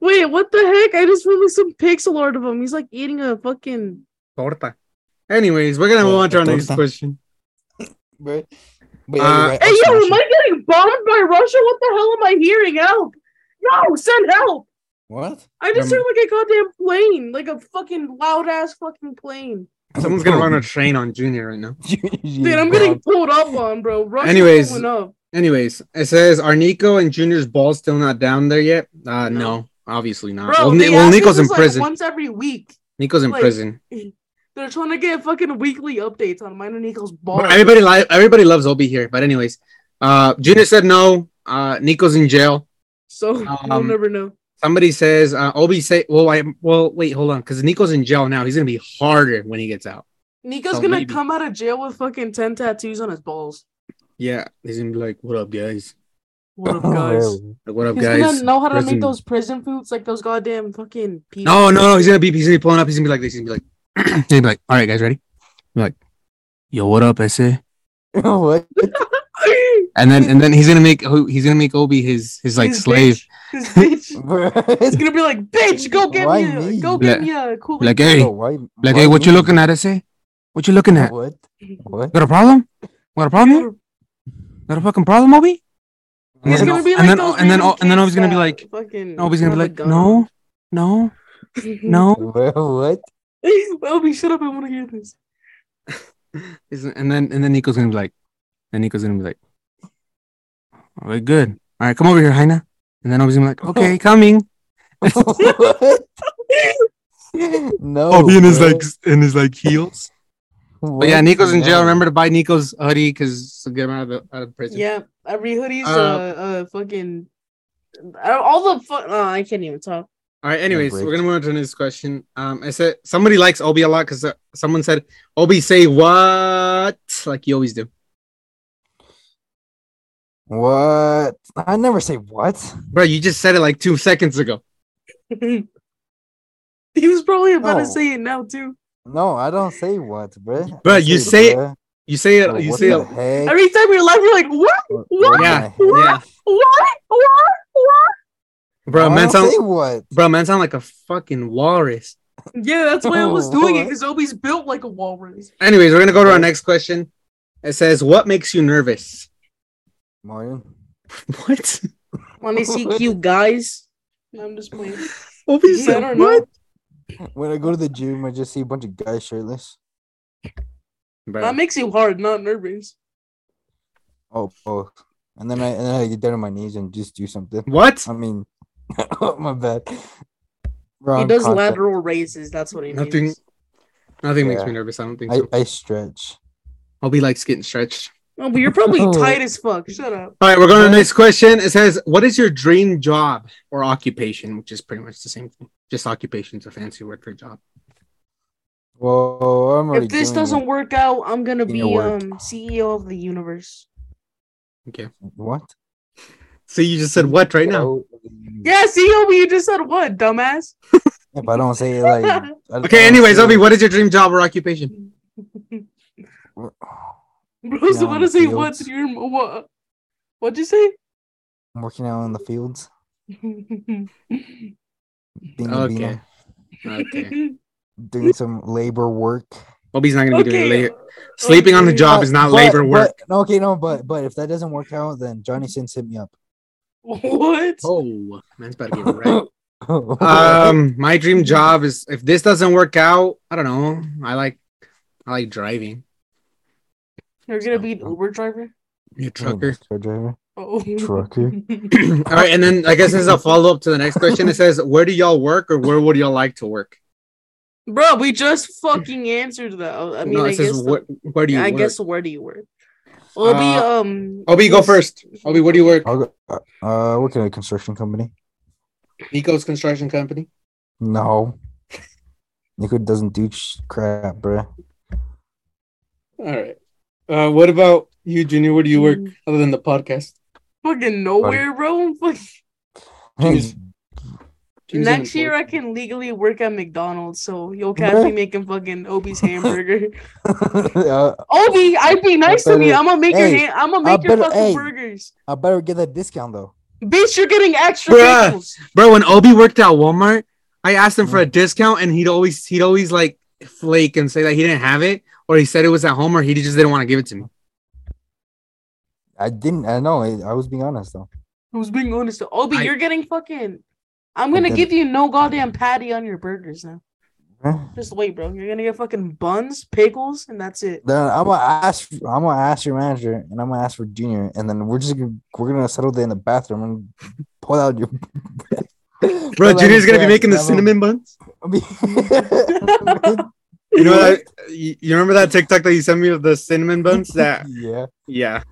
wait, what the heck? I just released some pixel art of him. He's like eating a fucking. Torta. Anyways, we're gonna move on to our next Torta. question. Bro. Wait, Uh, you're right, Hey, I'll yo, smash am I getting bombed by Russia? What the hell am I hearing? Help! No, send help! him. What? I just Um, heard like a goddamn plane, like a fucking loud ass fucking plane. Someone's gonna run a train on Junior right now. Dude, I'm getting pulled up on, bro. Russia's Mm, Anyways. pulling up. Anyways, it says are Nico and Junior's balls still not down there yet? Uh, no, No. obviously not. Bro, well, they Ni- well, ask us Nico's in this, like, prison. once every week. Nico's in like- prison. They're trying to get fucking weekly updates on minor Nico's balls. But everybody, li- everybody loves Obi here. But anyways, uh, Junior said no. Uh, Nico's in jail. so we'll um, never know. Somebody says uh, Obi say, well, I well wait, hold on, because Nico's in jail now. He's gonna be harder when he gets out. Nico's so gonna maybe- come out of jail with fucking ten tattoos on his balls. Yeah, he's gonna be like, "What up, guys? What up, Oh, guys? Like, what up, He's Oh, guys?" gonna know how to prison- make those prison foods like those goddamn fucking people. No, no, no. He's gonna be he's gonna be pulling up. He's gonna be like this. He's gonna be like, he's gonna be like, all right, guys, ready? I'm like, yo, what up, SA? what? And then and then he's gonna make he's gonna make Obi his his like His slave. bitch- his bitch. He's Bro, gonna be like, bitch, go get Why me, a, me? go get Like- me a cool. Like, hey, why, why like, hey, what you me? looking at, SA? What you looking at? What? What? Got a problem? Got a problem? here? Got a fucking problem, Obi? He's And gonna then- be like, and then- those and then- baby and then I was kids gonna be that like- fucking Obi's gonna be have a like, gun. no, no, no. Bro, what? Obi, shut up! I want to hear this. Isn't- And then and then Nico's gonna be like, then Nico's gonna be like, all right, good. All right, come over here, Heina. And then Obi's gonna be like, okay, coming. what? no. Obi in his bro. Oh, like in his like heels. What? But yeah, Nico's in jail. No. Remember to buy Nico's hoodie because get him out of the out of prison. Yeah, every hoodie's Uh, uh, Um, uh, fucking uh, all the fuck. Oh, I can't even talk. All right. Anyways, break. we're gonna move on to the next question. Um, I said somebody likes Obi a lot because uh, someone said Obi say what like you always do. What? I never say what. Bro, you just said it like two seconds ago. he was probably about No. to say it now too. No, I don't say what, bro. Bruh, you say- bruh, You say it. or you what say the it. heck? Every time you're live, you're like, what, or what? the Yeah, heck? yeah, what, what? bro. No, I man, don't sound say what. bro, man, sound like a fucking walrus. Yeah, that's why I was doing it What? because Obi's built like a walrus. Anyways, we're gonna go to our next question. It says, "What makes you nervous?" Morning. What? Want to see cute guys? I'm just playing. Obi Yeah, I said don't know. what? When I go to the gym, I just see a bunch of guys shirtless. Bro, That makes you hard, not nervous. Oh, oh. And then I and then I get down on my knees and just do something. what? I mean, my bad. Wrong he does concept. lateral raises. That's what he Nothing- means. Nothing makes Yeah. me nervous. I don't think I, so. I stretch. Obi Oh, likes getting stretched. Oh, but you're probably Oh. tight as fuck. Shut up. All right, we're going to the Right. next question. It says, "What is your dream job or occupation?" Which is pretty much the same thing. Just occupation's a fancy word for job. Whoa, I'm already If this doing it. doesn't work out, I'm gonna Doing be your work. um CEO of the universe. What? So you just said what right now? Oh, Yeah, CEO, but you just said what, dumbass? If I don't say it like. I- I don't Okay. Anyways, say Obi, it- what is your dream job or occupation? Bro's Yeah, about on to the say fields. what's your what? What'd you say? I'm working out in the fields. Being a Okay. beano, Okay. doing some labor work. Obi's not gonna be doing okay. labor. Sleeping on the okay. job is not But- labor but- work. no, okay, no, but but if that doesn't work out, then Johnny Sins hit me up. What? Oh, man's about to get right. Um, my dream job is if this doesn't work out, I don't know. I like, I like driving. You're gonna be an Uber driver? You Hey, trucker. truck driver. Oh. Trucker. All right, and then I guess this is a follow up to the next question. It says, "Where do y'all work, or where would y'all like to work?" Bro, we just fucking answered that. I mean, no, it I says, guess. where, where do you I work? guess where do you work? Obi, Uh, um. Obi, go yes. first. Obi, where do you work? I'll go. Uh, I work at a construction company. Nico's construction company. No. Nico doesn't do sh- crap, bruh. All right. Uh, what about you, Junior? Where do you work other than the podcast? mm, Fucking nowhere, bro. I'm fucking- Junior's- Junior's Next year, I unemployed. can legally work at McDonald's, so you'll catch me Bruh. making fucking Obi's hamburger. Uh, Obi, I'd be nice to me. better- I'm gonna make your Hey, ham. I'm gonna I make your better- fucking hey. burgers, I better get that discount though. bitch. You're getting extra Bruh. pickles. Bro, when Obi worked at Walmart, I asked him for a discount, and he'd always he'd always like flake and say that he didn't have it, or he said it was at home, or he just didn't want to give it to me. I didn't. I know. I, I was being honest though. Who's being honest? Obi, I- you're getting fucking I'm gonna Okay. give you no goddamn patty on your burgers now. Huh? Just wait, bro. You're gonna get fucking buns, pickles, and that's it. Then I'm gonna ask. I'm gonna ask your manager, and I'm gonna ask for Junior, and then we're just gonna, we're gonna settle there in the bathroom and pull out your. Bro, Junior's gonna be making the cinnamon buns. You know that? You you remember that TikTok that you sent me of the cinnamon buns? That yeah. yeah.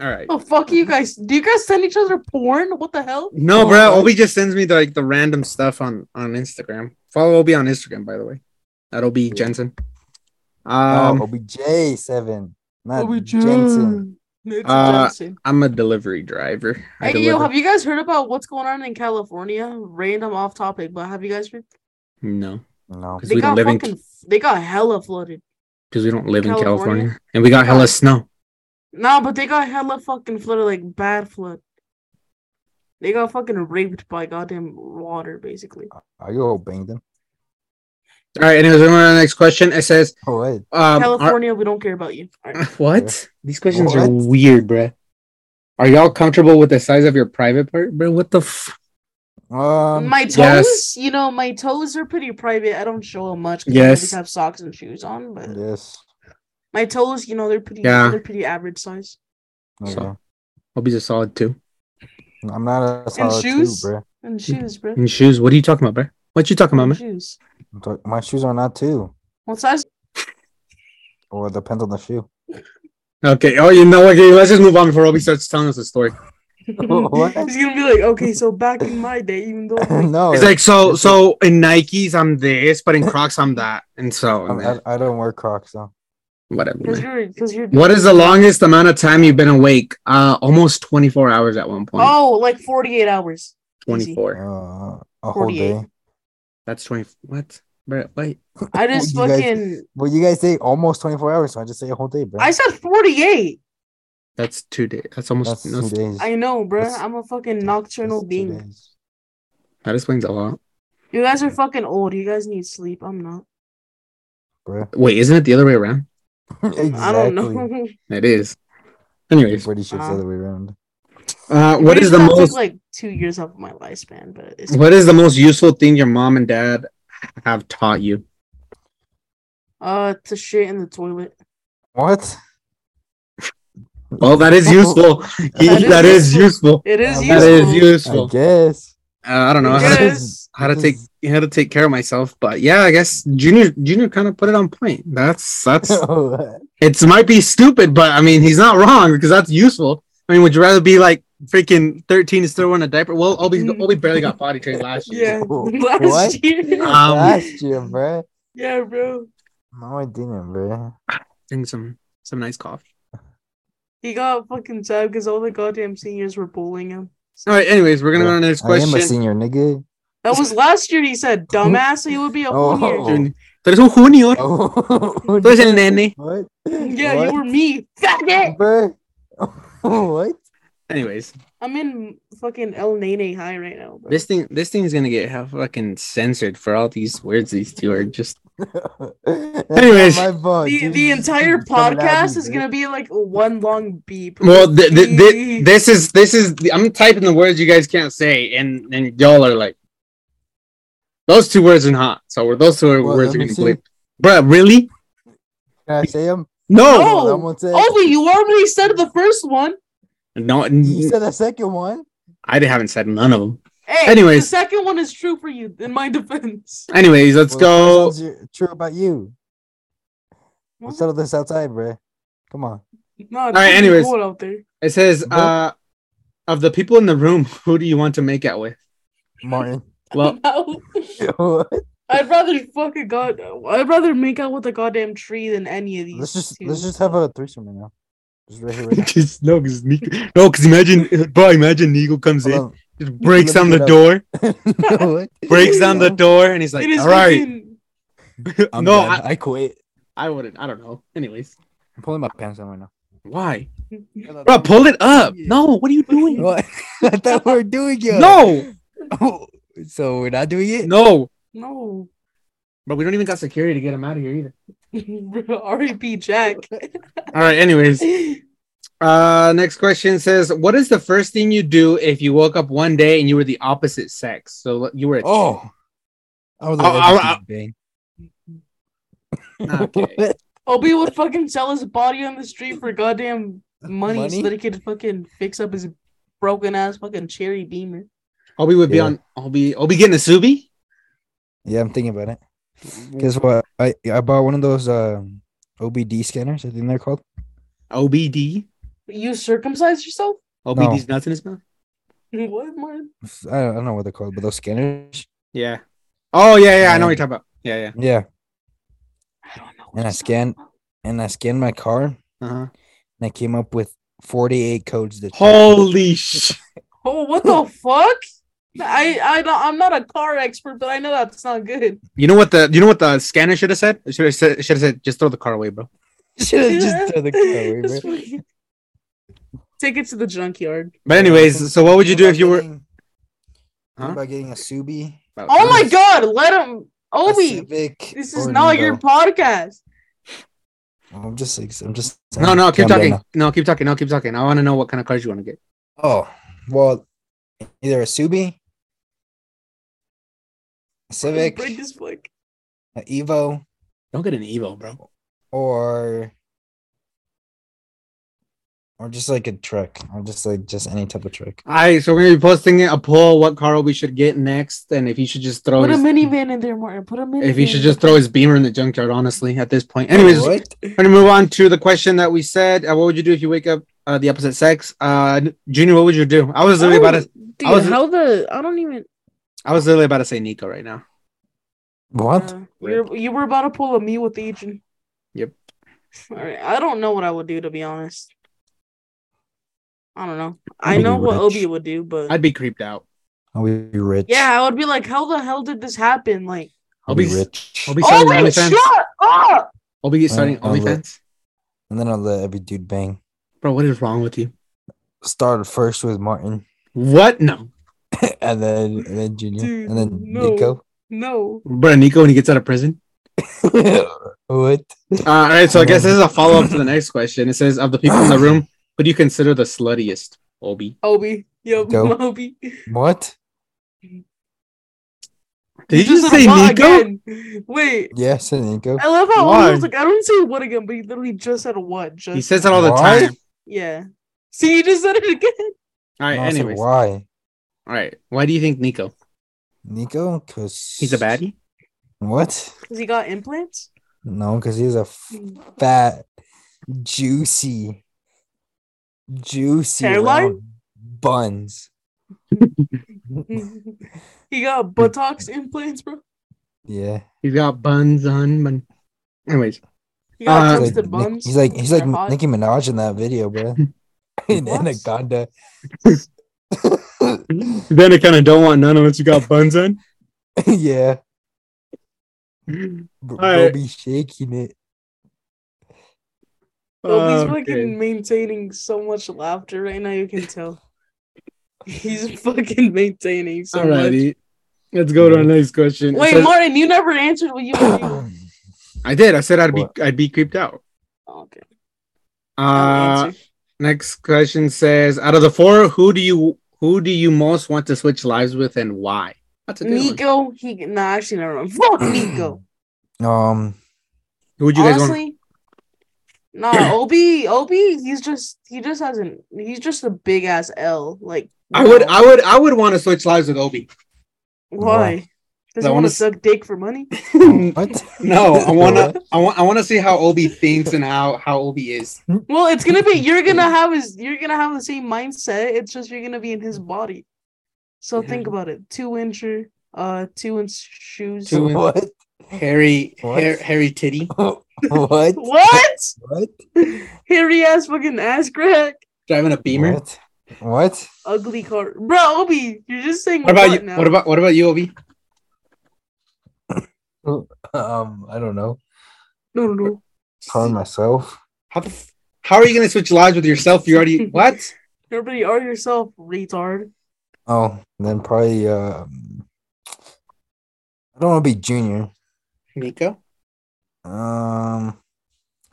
All right. The fuck you guys? Do you guys send each other porn? What the hell? No, Oh, bro. okay. Obi just sends me the, like the random stuff on on Instagram. Follow Obi on Instagram, by the way. That'll be Jensen. Um, oh, OBJ seven, not Jensen. It's Uh, Jensen. I'm a delivery driver. I Hey, yo, deliver. have you guys heard about what's going on in California? Random off topic, but have you guys heard? no, No. 'Cause They we don't got live in- fucking, they got hella flooded. because we don't live in California? California, and we got hella snow. Nah, but they got hella fucking flooded, like bad flood. They got fucking raped by goddamn water, basically. Um, Are you all banged them? All right. Anyways, we're going to the next question. It says, Oh wait. um, are- California, we don't care about you. All right. what? These questions are What? weird, bro. Are y'all comfortable with the size of your private part, bro? What the? F- Um. my toes, yes. you know, my toes are pretty private. I don't show them much. 'cause Yes. I just have socks and shoes on, but yes. my toes, you know, they're pretty, Yeah. they're pretty average size. Okay. So- Obi's a solid two. I'm not a solid shoes? two, bro. And Mm-hmm. shoes, bro. And shoes. What are you talking about, bro? What you talking about, man? Shoes. I'm talk- My shoes are not two, What size? or it depends on the shoe. Okay. Oh, you know what? Okay, let's just move on before Obi starts telling us a story. What? He's gonna be like, okay, so back in my day, even though like, no, It's like so. So in Nikes, I'm this, but in Crocs, I'm that, and so and I, that. I don't wear Crocs though. whatever. because man. you're, because you're. What is the longest amount of time you've been awake? Uh, almost 24 hours at one point. Oh, like forty-eight hours. 24. Uh, a whole 48. day. That's 20. What? Bro, wait. I just You guys- fucking. Well, you guys say almost 24 hours, so I just say a whole day, bro. I said 48. That's two days. That's almost. That's no, two days. I know, bruh. That's- I'm a fucking that's- nocturnal That's two being. days. that explains a lot. You guys are fucking old. You guys need sleep. I'm not. Bro. Wait, isn't it the other way around? exactly. I don't know. It is. Anyways, Pretty sure it's the Uh, other way around. uh, what is the That took, most? like two years off of my lifespan, but it's What is the most useful thing your mom and dad have taught you? uh to shit in the toilet. What? Well, that is useful. is that is useful. It is Yeah, That is useful. I useful. guess. Uh, I don't know. I how to- guess. how to take how to take care of myself. But yeah, I guess Junior Junior kind of put it on point. That's that's it's might be stupid, but I mean he's not wrong because that's useful. I mean, would you rather be like freaking thirteen and still wearing a diaper? Well, Obi Mm. Obi barely got body trained last year. Yeah, What? last year. Um, Last year, bro. yeah, bro. No, I didn't, bro. Drink some some nice coffee. He got fucking sad because all the goddamn seniors were bullying him. All right. Anyways, we're gonna go on to the next I am a question. senior, nigga. That was last year. He said, "Dumbass, you would be a Oh. junior." Junior. Tú eres un junior. Oh, Tú eres el nene. what? Yeah, what? you were me, faggot. Bro. what? Anyways, I'm in fucking El Nene high right now. bro. this thing this thing is gonna get hell fucking censored for all these words these two are just. That's not Anyways. my fault, the, dude. the You just entire keep coming at podcast me, is bro. gonna be like one long beep. Well, th- th- th- Beep. this is this is I'm typing the words you guys can't say, and and y'all are like, those two words are not. So we're, those two are Well, words let are me gonna see. bleep. Bruh, really? Can I say them? No, No. I'm gonna say. oh, wait, you already said the first one. no, you n- said the second one. I haven't said none of them. Hey, Anyways. the second one is true for you. In my defense, Anyways, let's Well, go. that sounds True about you. We'll What? settle this outside, bro. Come on. no, it's right, pretty anyways. cold out there. It says, Nope. uh, of the people in the room, who do you want to make out with? Martin. Well, No. What? I'd rather fucking god. I'd rather make out with a goddamn tree than any of these. let's just two. let's just have a threesome right now. Just right here, right now. just no, because no, because imagine, bro, imagine Neagle comes in, Hold just breaks Let down me the get up. door, on. What? breaks down the No. door, and he's like, it is all right, freaking- I'm no, done. I, I, quit. I wouldn't, I don't know. Anyways, I'm pulling my pants down right now. why? Bro, pull it up. No, what are you doing? What? I thought we were doing it. No, so we're not doing it. no. no. Bro, we don't even got security to get him out of here either. R.E.P. Jack. All right, anyways. Uh, next question says, "What is the first thing you do if you woke up one day and you were the opposite sex? So you were a Oh, I was Oh, I- I- bang. Okay. Obi would fucking sell his body on the street for goddamn money, Money? so that he could fucking fix up his broken ass fucking cherry beamer. Obi would be Yeah. on Obi Obi getting a subi. Yeah, I'm thinking about it. Guess what? I I bought one of those um, OBD scanners. I think they're called. OBD. You circumcise yourself? OBD's nuts in his mouth. What, Martin? I don't, I don't know what they're called, but those scanners. Yeah. Oh yeah, yeah. I know Yeah. what you're talking about. Yeah, yeah. Yeah, I don't know. what and I you're scanned and I scanned my car, and Uh-huh. I came up with 48 codes that. Holy sh! talking- Oh, what the fuck? I I don't, I'm not a car expert, but I know that's not good. You know what the you know what the scanner should have said? Should have said, should have said just throw the car away, bro. Should have just thrown the car away, Just bro. fucking- Take it to the junkyard. But anyways, so what would you do if you were? Think Huh? about getting a Subi? Oh my god, let him a Obi. Civic, This is or an not your Evo? podcast. I'm just like I'm just. No, no, calm keep down talking. now. No, keep talking. No, keep talking. I want to know what kind of cars you want to get. Oh, well, either a Subi, a Civic, Break this fuck. a Evo, Don't get an Evo, bro. or or just like a truck, or just like just any type of truck. All right, so we're gonna be posting a poll what car we should get next, and if you should just throw Put a his, minivan in there, Martin. Put a minivan. if you should in just there. throw his Beamer in the junkyard. Honestly, at this point, anyways, we're what? gonna move on to the question that we said. Uh, what would you do if you wake up uh, the opposite sex? Uh, Junior, what would you do? I was literally about to. Oh, Dude, was- how the I don't even. I was literally about to say Nico right now. What? Uh, you're, you were about to pull a me with Agent. Yep. All right. I don't know what I would do to be honest. I don't know. I I'd be know what rich. Obi would do, but I'd be creeped out. Are we rich? yeah, I would be like, how the hell did this happen? Like, I'll I'll be be- rich. I'll be oh starting wait, OnlyFans. shut up! I'll be starting I'll let- OnlyFans. And then I'll let every dude bang. Bro, what is wrong with you? Started first with Martin, What? No, and then and then Junior, Dude, and then no. Nico. No. bro. Nico when he gets out of prison. what? Uh, all right, so I guess this is a follow up to the next question. It says, of the people in the room, who do you consider the sluttiest? Obi. Obi. Yep. Go. Obi. What? Did you just said say what Nico? Again. Wait. Yes, and Nico. I love how Why? Obi was like, I don't say what again, but he literally just said what. Just He says that all the Why? time. yeah. See, you just said it again. All right, No, I said, anyways. All why? right, why do you think Nico? Nico, because He's a baddie? What? Cause he got implants. No, because he's a f- fat, juicy, juicy Hairline? round buns. he got Botox implants, bro. Yeah, He's got buns on. Bun. Anyways, He got Uh, he's toasted like, Nick- buns. he's like he's like They're hot. Nicki Minaj in that video, bro. in What? Anaconda. then I kind of don't want none unless you got buns on. yeah, bro, bro right. be shaking it. Obi's Uh, Okay. fucking maintaining so much laughter right now. You can tell. He's fucking maintaining so much. Alrighty. Let's go to our next question. It Wait, says- Martin, you never answered what you were doing. I did. I said I'd be What? I'd be creeped out. Oh, Okay. I'll Uh, answer. next question says, out of the four, who do you who do you most want to switch lives with and why? That's a good one. Nico, he no, actually never mind. Fuck Nico. um, Who would you guys want? Honestly, nah, Obi, Obi, he's just he just hasn't he's just a big ass L. Like I would, no. I would, I would want to switch lives with Obi. Why? Does I he want wanna to s- suck dick for money? what? No, I wanna, I want, I want to see how Obi thinks and how how Obi is. Well, it's gonna be you're gonna have his you're gonna have the same mindset. It's just you're gonna be in his body. So Yeah. think about it. Two incher, uh, two inch shoes. Two in- what? Hairy, What? hair, hairy titty. what? What? What? Hairy ass fucking ass crack. Driving a Beamer. What, What? What? Ugly car, bro. Obi, you're just saying. about you? now? What about what about you, Obi? Um, I don't know. no, no, no. Calling myself. How the f- how are you gonna switch lives with yourself? You already what? Everybody are yourself, retard. Oh, then probably. Um, I don't want to be junior. Nico, Um,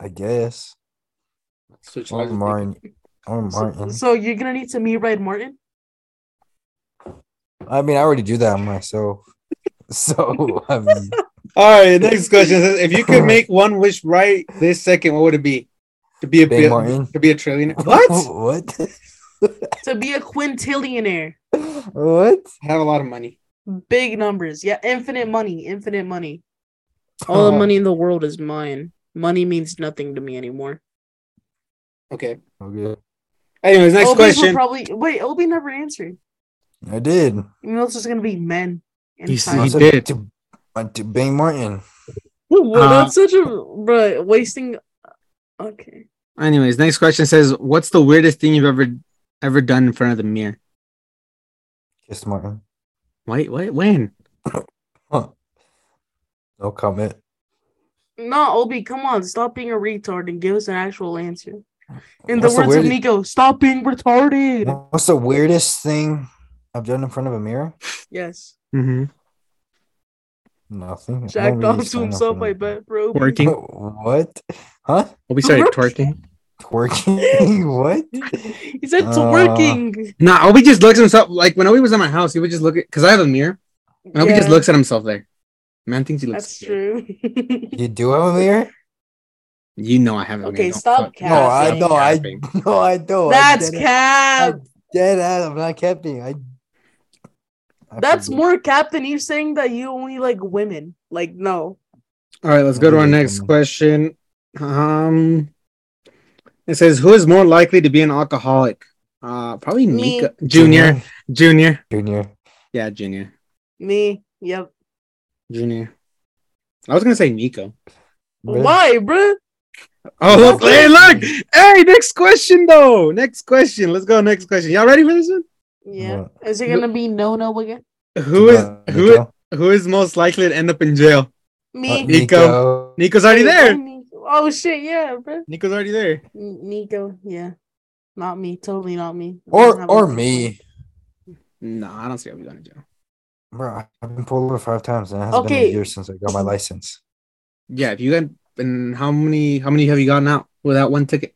I guess. switch Or lives. With Nico. Oh Martin. Or So, Martin. so you're gonna need to meet ride Martin. I mean, I already do that myself. So I mean, All right, next question says if you could make one wish right this second, what would it be? To be a Big bill- Martin. to be a trillionaire. What? what? To be a quintillionaire. What? I have a lot of money. Big numbers. Yeah, infinite money. Infinite money. All the Oh. money in the world is mine. Money means nothing to me anymore. Okay. Okay, Anyways, next Obi's will question. Probably wait. Obi never answered. I did. You know, it's just gonna be men. And He time. He Also, did. To, uh, to Bang Martin. Well, Uh, that's such a bro wasting. Okay, Anyways, next question says what's the weirdest thing you've ever ever done in front of the mirror? Kiss Martin. Wait, wait, when? Huh. No comment. no, Obi, come on, stop being a retard and give us an actual answer. In What's the the words of weirdest- Nico, stop being retarded. What's the weirdest thing I've done in front of a mirror? Yes, Mm-hmm. Nothing. I don't jacked really off to stand in himself. I front of- bet, bro. Working. What? Huh? Oh, we started twerking. Twerking? what? He said it's Uh, working. Nah, Obi just looks himself like when Obi was at my house, he would just look at because I have a mirror. And Obi just Yeah, looks at himself there. Man thinks he looks That's good. true. You do have a mirror? You know I have a mirror. Okay, Don't stop fuck- capping. No, I- stop no, I- capping. No, Oh, I don't. that's I dead, cap. dead ass. I'm not capping. I. I That's forget. more cap than you saying that you only like women. Like no, All right, let's go to our Okay, next um, question. Um, it says, "Who is more likely to be an alcoholic?" Uh, probably Me. Nika Junior. Junior, Junior. yeah, Junior, me. Yep. Junior. I was gonna say Nico. Really? Why, bro? Oh, look, hey, look, hey, next question though. Next question. Let's go. Next question. Y'all ready for this one? Yeah. What? Is it gonna be no no again? Who is Uh, who Nico? who is most likely to end up in jail? Uh, Me. Nico. Nico's already Wait, there. why Nico? Oh shit, yeah, bro. Nico's already there. N- Nico, yeah. Not me, totally not me. I don't Or have or a- me, No, I don't see how we going to jail. bro. I've been pulled over five times, and it has been Okay. a year since I got my license. Yeah, if you got and how many how many have you gotten out without one ticket?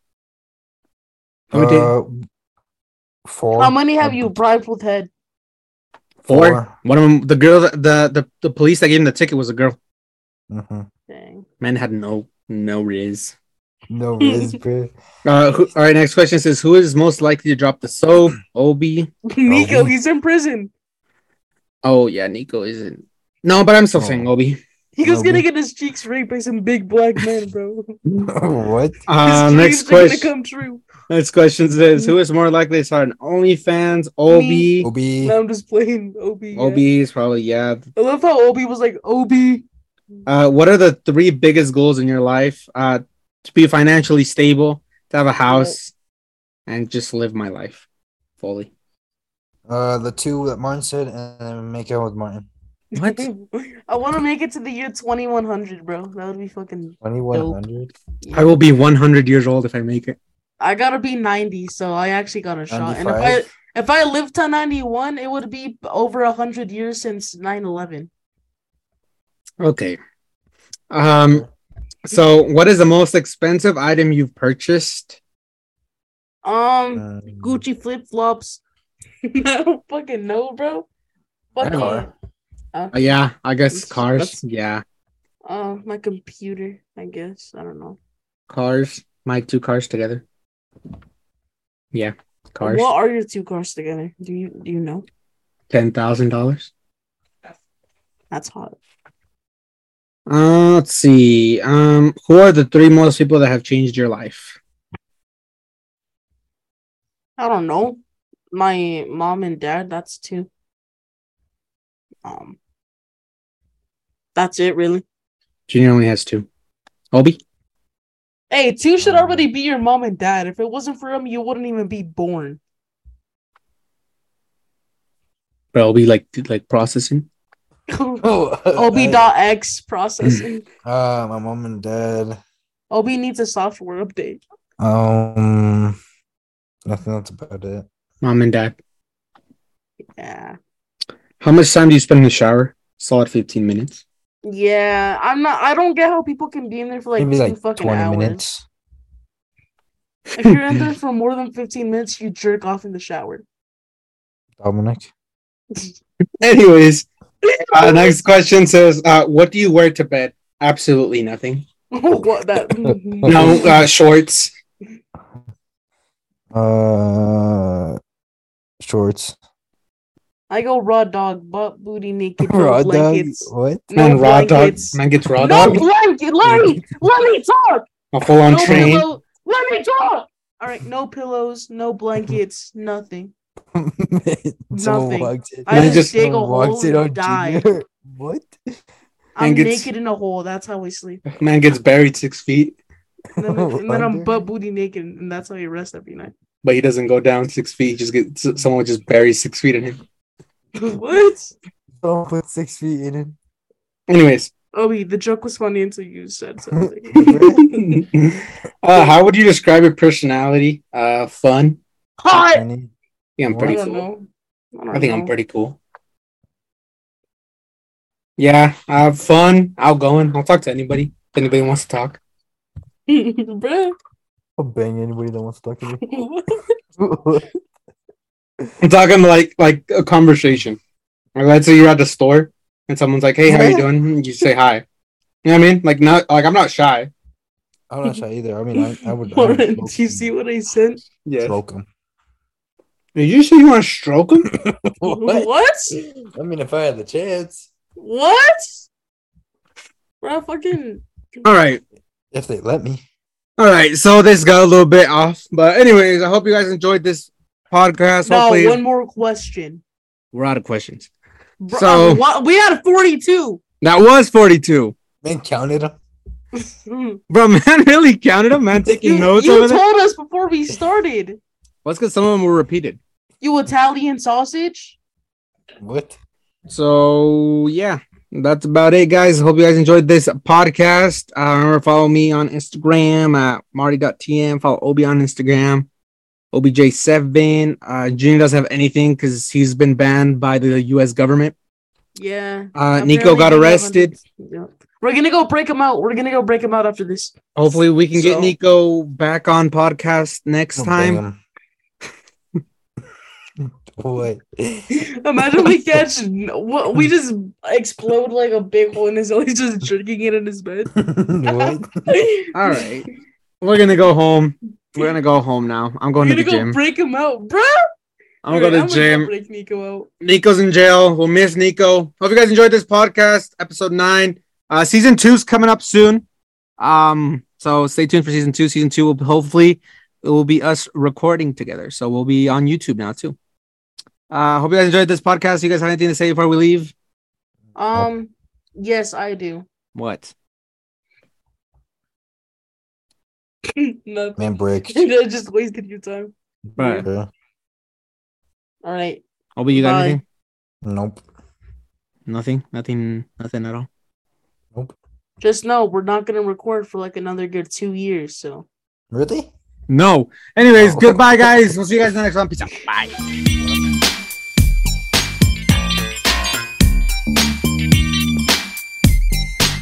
How many tickets? Uh, four. How many have Uh, you bribed with head? Four. One of them, the girl, that- the the, the police that gave him the ticket was a girl. Mhm. Dang. Man had no no riz. No riz, bro. Uh, who, all right. Next question says, who is most likely to drop the soap? Obi. Nico, we- he's in prison. Oh yeah, Nico isn't. No, but I'm still saying Oh. Obi. He was No, gonna we- get his cheeks raped by some big black man, bro. His what? Uh, dreams next are gonna question. come true. Next question says, who is more likely to start an OnlyFans? Obi. Obi. Obi. No, I'm just playing Obi. yeah. is probably yeah. I love how Obi was like Obi. Uh, what are the three biggest goals in your life? Uh, to be financially stable, to have a house, and just live my life fully. Uh, the two that Martin said, and then make out with Martin. What? I want to make it to the year 2100, bro. That would be fucking. Twenty-one hundred. I will be 100 years old if I make it. I gotta be 90, so I actually got a shot. And if I 95. if I live to 91, it would be over 100 years since 9/11. Okay. Um. So, what is the most expensive item you've purchased? Um, Um, Gucci flip flops. I don't fucking know, bro. Fucking. Car. Uh, Uh, yeah, I guess That's- cars. that's- Yeah, uh, my computer. I guess I don't know. cars. My two cars together. Yeah, cars. What are your two cars together? Do you do you know? Ten thousand dollars. That's hot. Uh, let's see. Um, who are the three most people that have changed your life? I don't know. My mom and dad, that's two. Um That's it really. Junior only has two. Obi. Hey, two should Um, already be your mom and dad. If it wasn't for them, you wouldn't even be born. But Obi like like processing. Oh, OB.X processing. Uh, my mom and dad. OB needs a software update. Um, nothing that's about it. Mom and dad. Yeah. How much time do you spend in the shower? Solid fifteen minutes. Yeah. I'm not I don't get how people can be in there for like Maybe two like fucking twenty hours. minutes. If you're in there for more than 15 minutes, you jerk off in the shower. Dominic. Anyways, uh, next question says, uh, "What do you wear to bed?" Absolutely nothing. what that? mm-hmm. No uh, shorts. Uh, shorts. I go raw dog, butt booty naked, no Raw dog. blankets. What? No Man, raw dog. blankets. Man gets raw No dog. blanket. Let me let me talk. A full on no train. pillow. Let me talk. All right, no pillows, no blankets, nothing. Nothing. walked in. I just just dig a Someone hole walked in on and die. Junior. What? I'm And gets- naked in a hole. That's how I sleep. Man gets buried six feet, And then, and then I'm Under. butt booty naked, and that's how you rest every night. but he doesn't go down six feet. He Just get s- someone just buries six feet in him. what? Someone put six feet in him. Anyways, Obi, the joke was funny until you said something. uh, how would you describe your personality? Uh, fun. Hot. Funny. Yeah, I'm I I pretty don't cool. know. I, don't I think I'm know. pretty cool. Yeah, I have fun, outgoing. I'll talk to anybody if anybody wants to talk. Bruh. I'll bang anybody that wants to talk to me. What? I'm talking like like a conversation. Like, let's say you're at the store and someone's like, "Hey, how you doing?" And You say hi. You know what I mean? Like not like I'm not shy. I'm not shy either. I mean, I, I would. I would Lauren, smoke do you him. see what I sent? Yeah. Smoke him. Did you say you want to stroke him? What? What? I mean, if I had the chance, What? Bro, fucking. All right. if they let me. All right. So this got a little bit off, but anyways, I hope you guys enjoyed this podcast. No, Hopefully, one more question. we're out of questions. Bro, So- what? we had 42. That was 42. Man, counted him. you Bro, man, really counted them. Man, taking notes over Mm-hmm. you there. told us before we started. That's because some of them were repeated. You Italian sausage? What? So yeah, that's about it, guys. Hope you guys enjoyed this podcast. Uh, remember, follow me on Instagram at marty.tm. Follow Obi on Instagram, obj7. Uh, Junior doesn't have anything because he's been banned by the U.S. government. Yeah. Uh, Apparently Nico got we have arrested. hundreds. Yeah. We're going to go break him out. We're going to go break him out after this. Hopefully, we can get So- Nico back on podcast next Don't bang time. him. what? Imagine we catch what we just explode like a big hole in his hole. He's just jerking it in his bed. what? All right, we're gonna go home. We're gonna go home now. I'm going I'm to the gonna go gym. break him out, bro. I'm going to the gym. break Nico out. Nico's in jail. We'll miss Nico. Hope you guys enjoyed this podcast, episode nine. Uh, season two's coming up soon. Um, so stay tuned for season two. Season two will hopefully it will be us recording together. So we'll be on YouTube now too. Uh, hope you guys enjoyed this podcast. You guys have anything to say before we leave? Oh. Um, yes, I do. What? no, Man, break. I just wasted your time. Right. Yeah. All right, Obi, you got Bye. anything? Nope. Nothing. Nothing. Nothing at all. just know we're not gonna record for like another good two years. So. Really? No. Anyways, Oh. goodbye, guys. We'll see you guys in the next one. Peace out. Bye.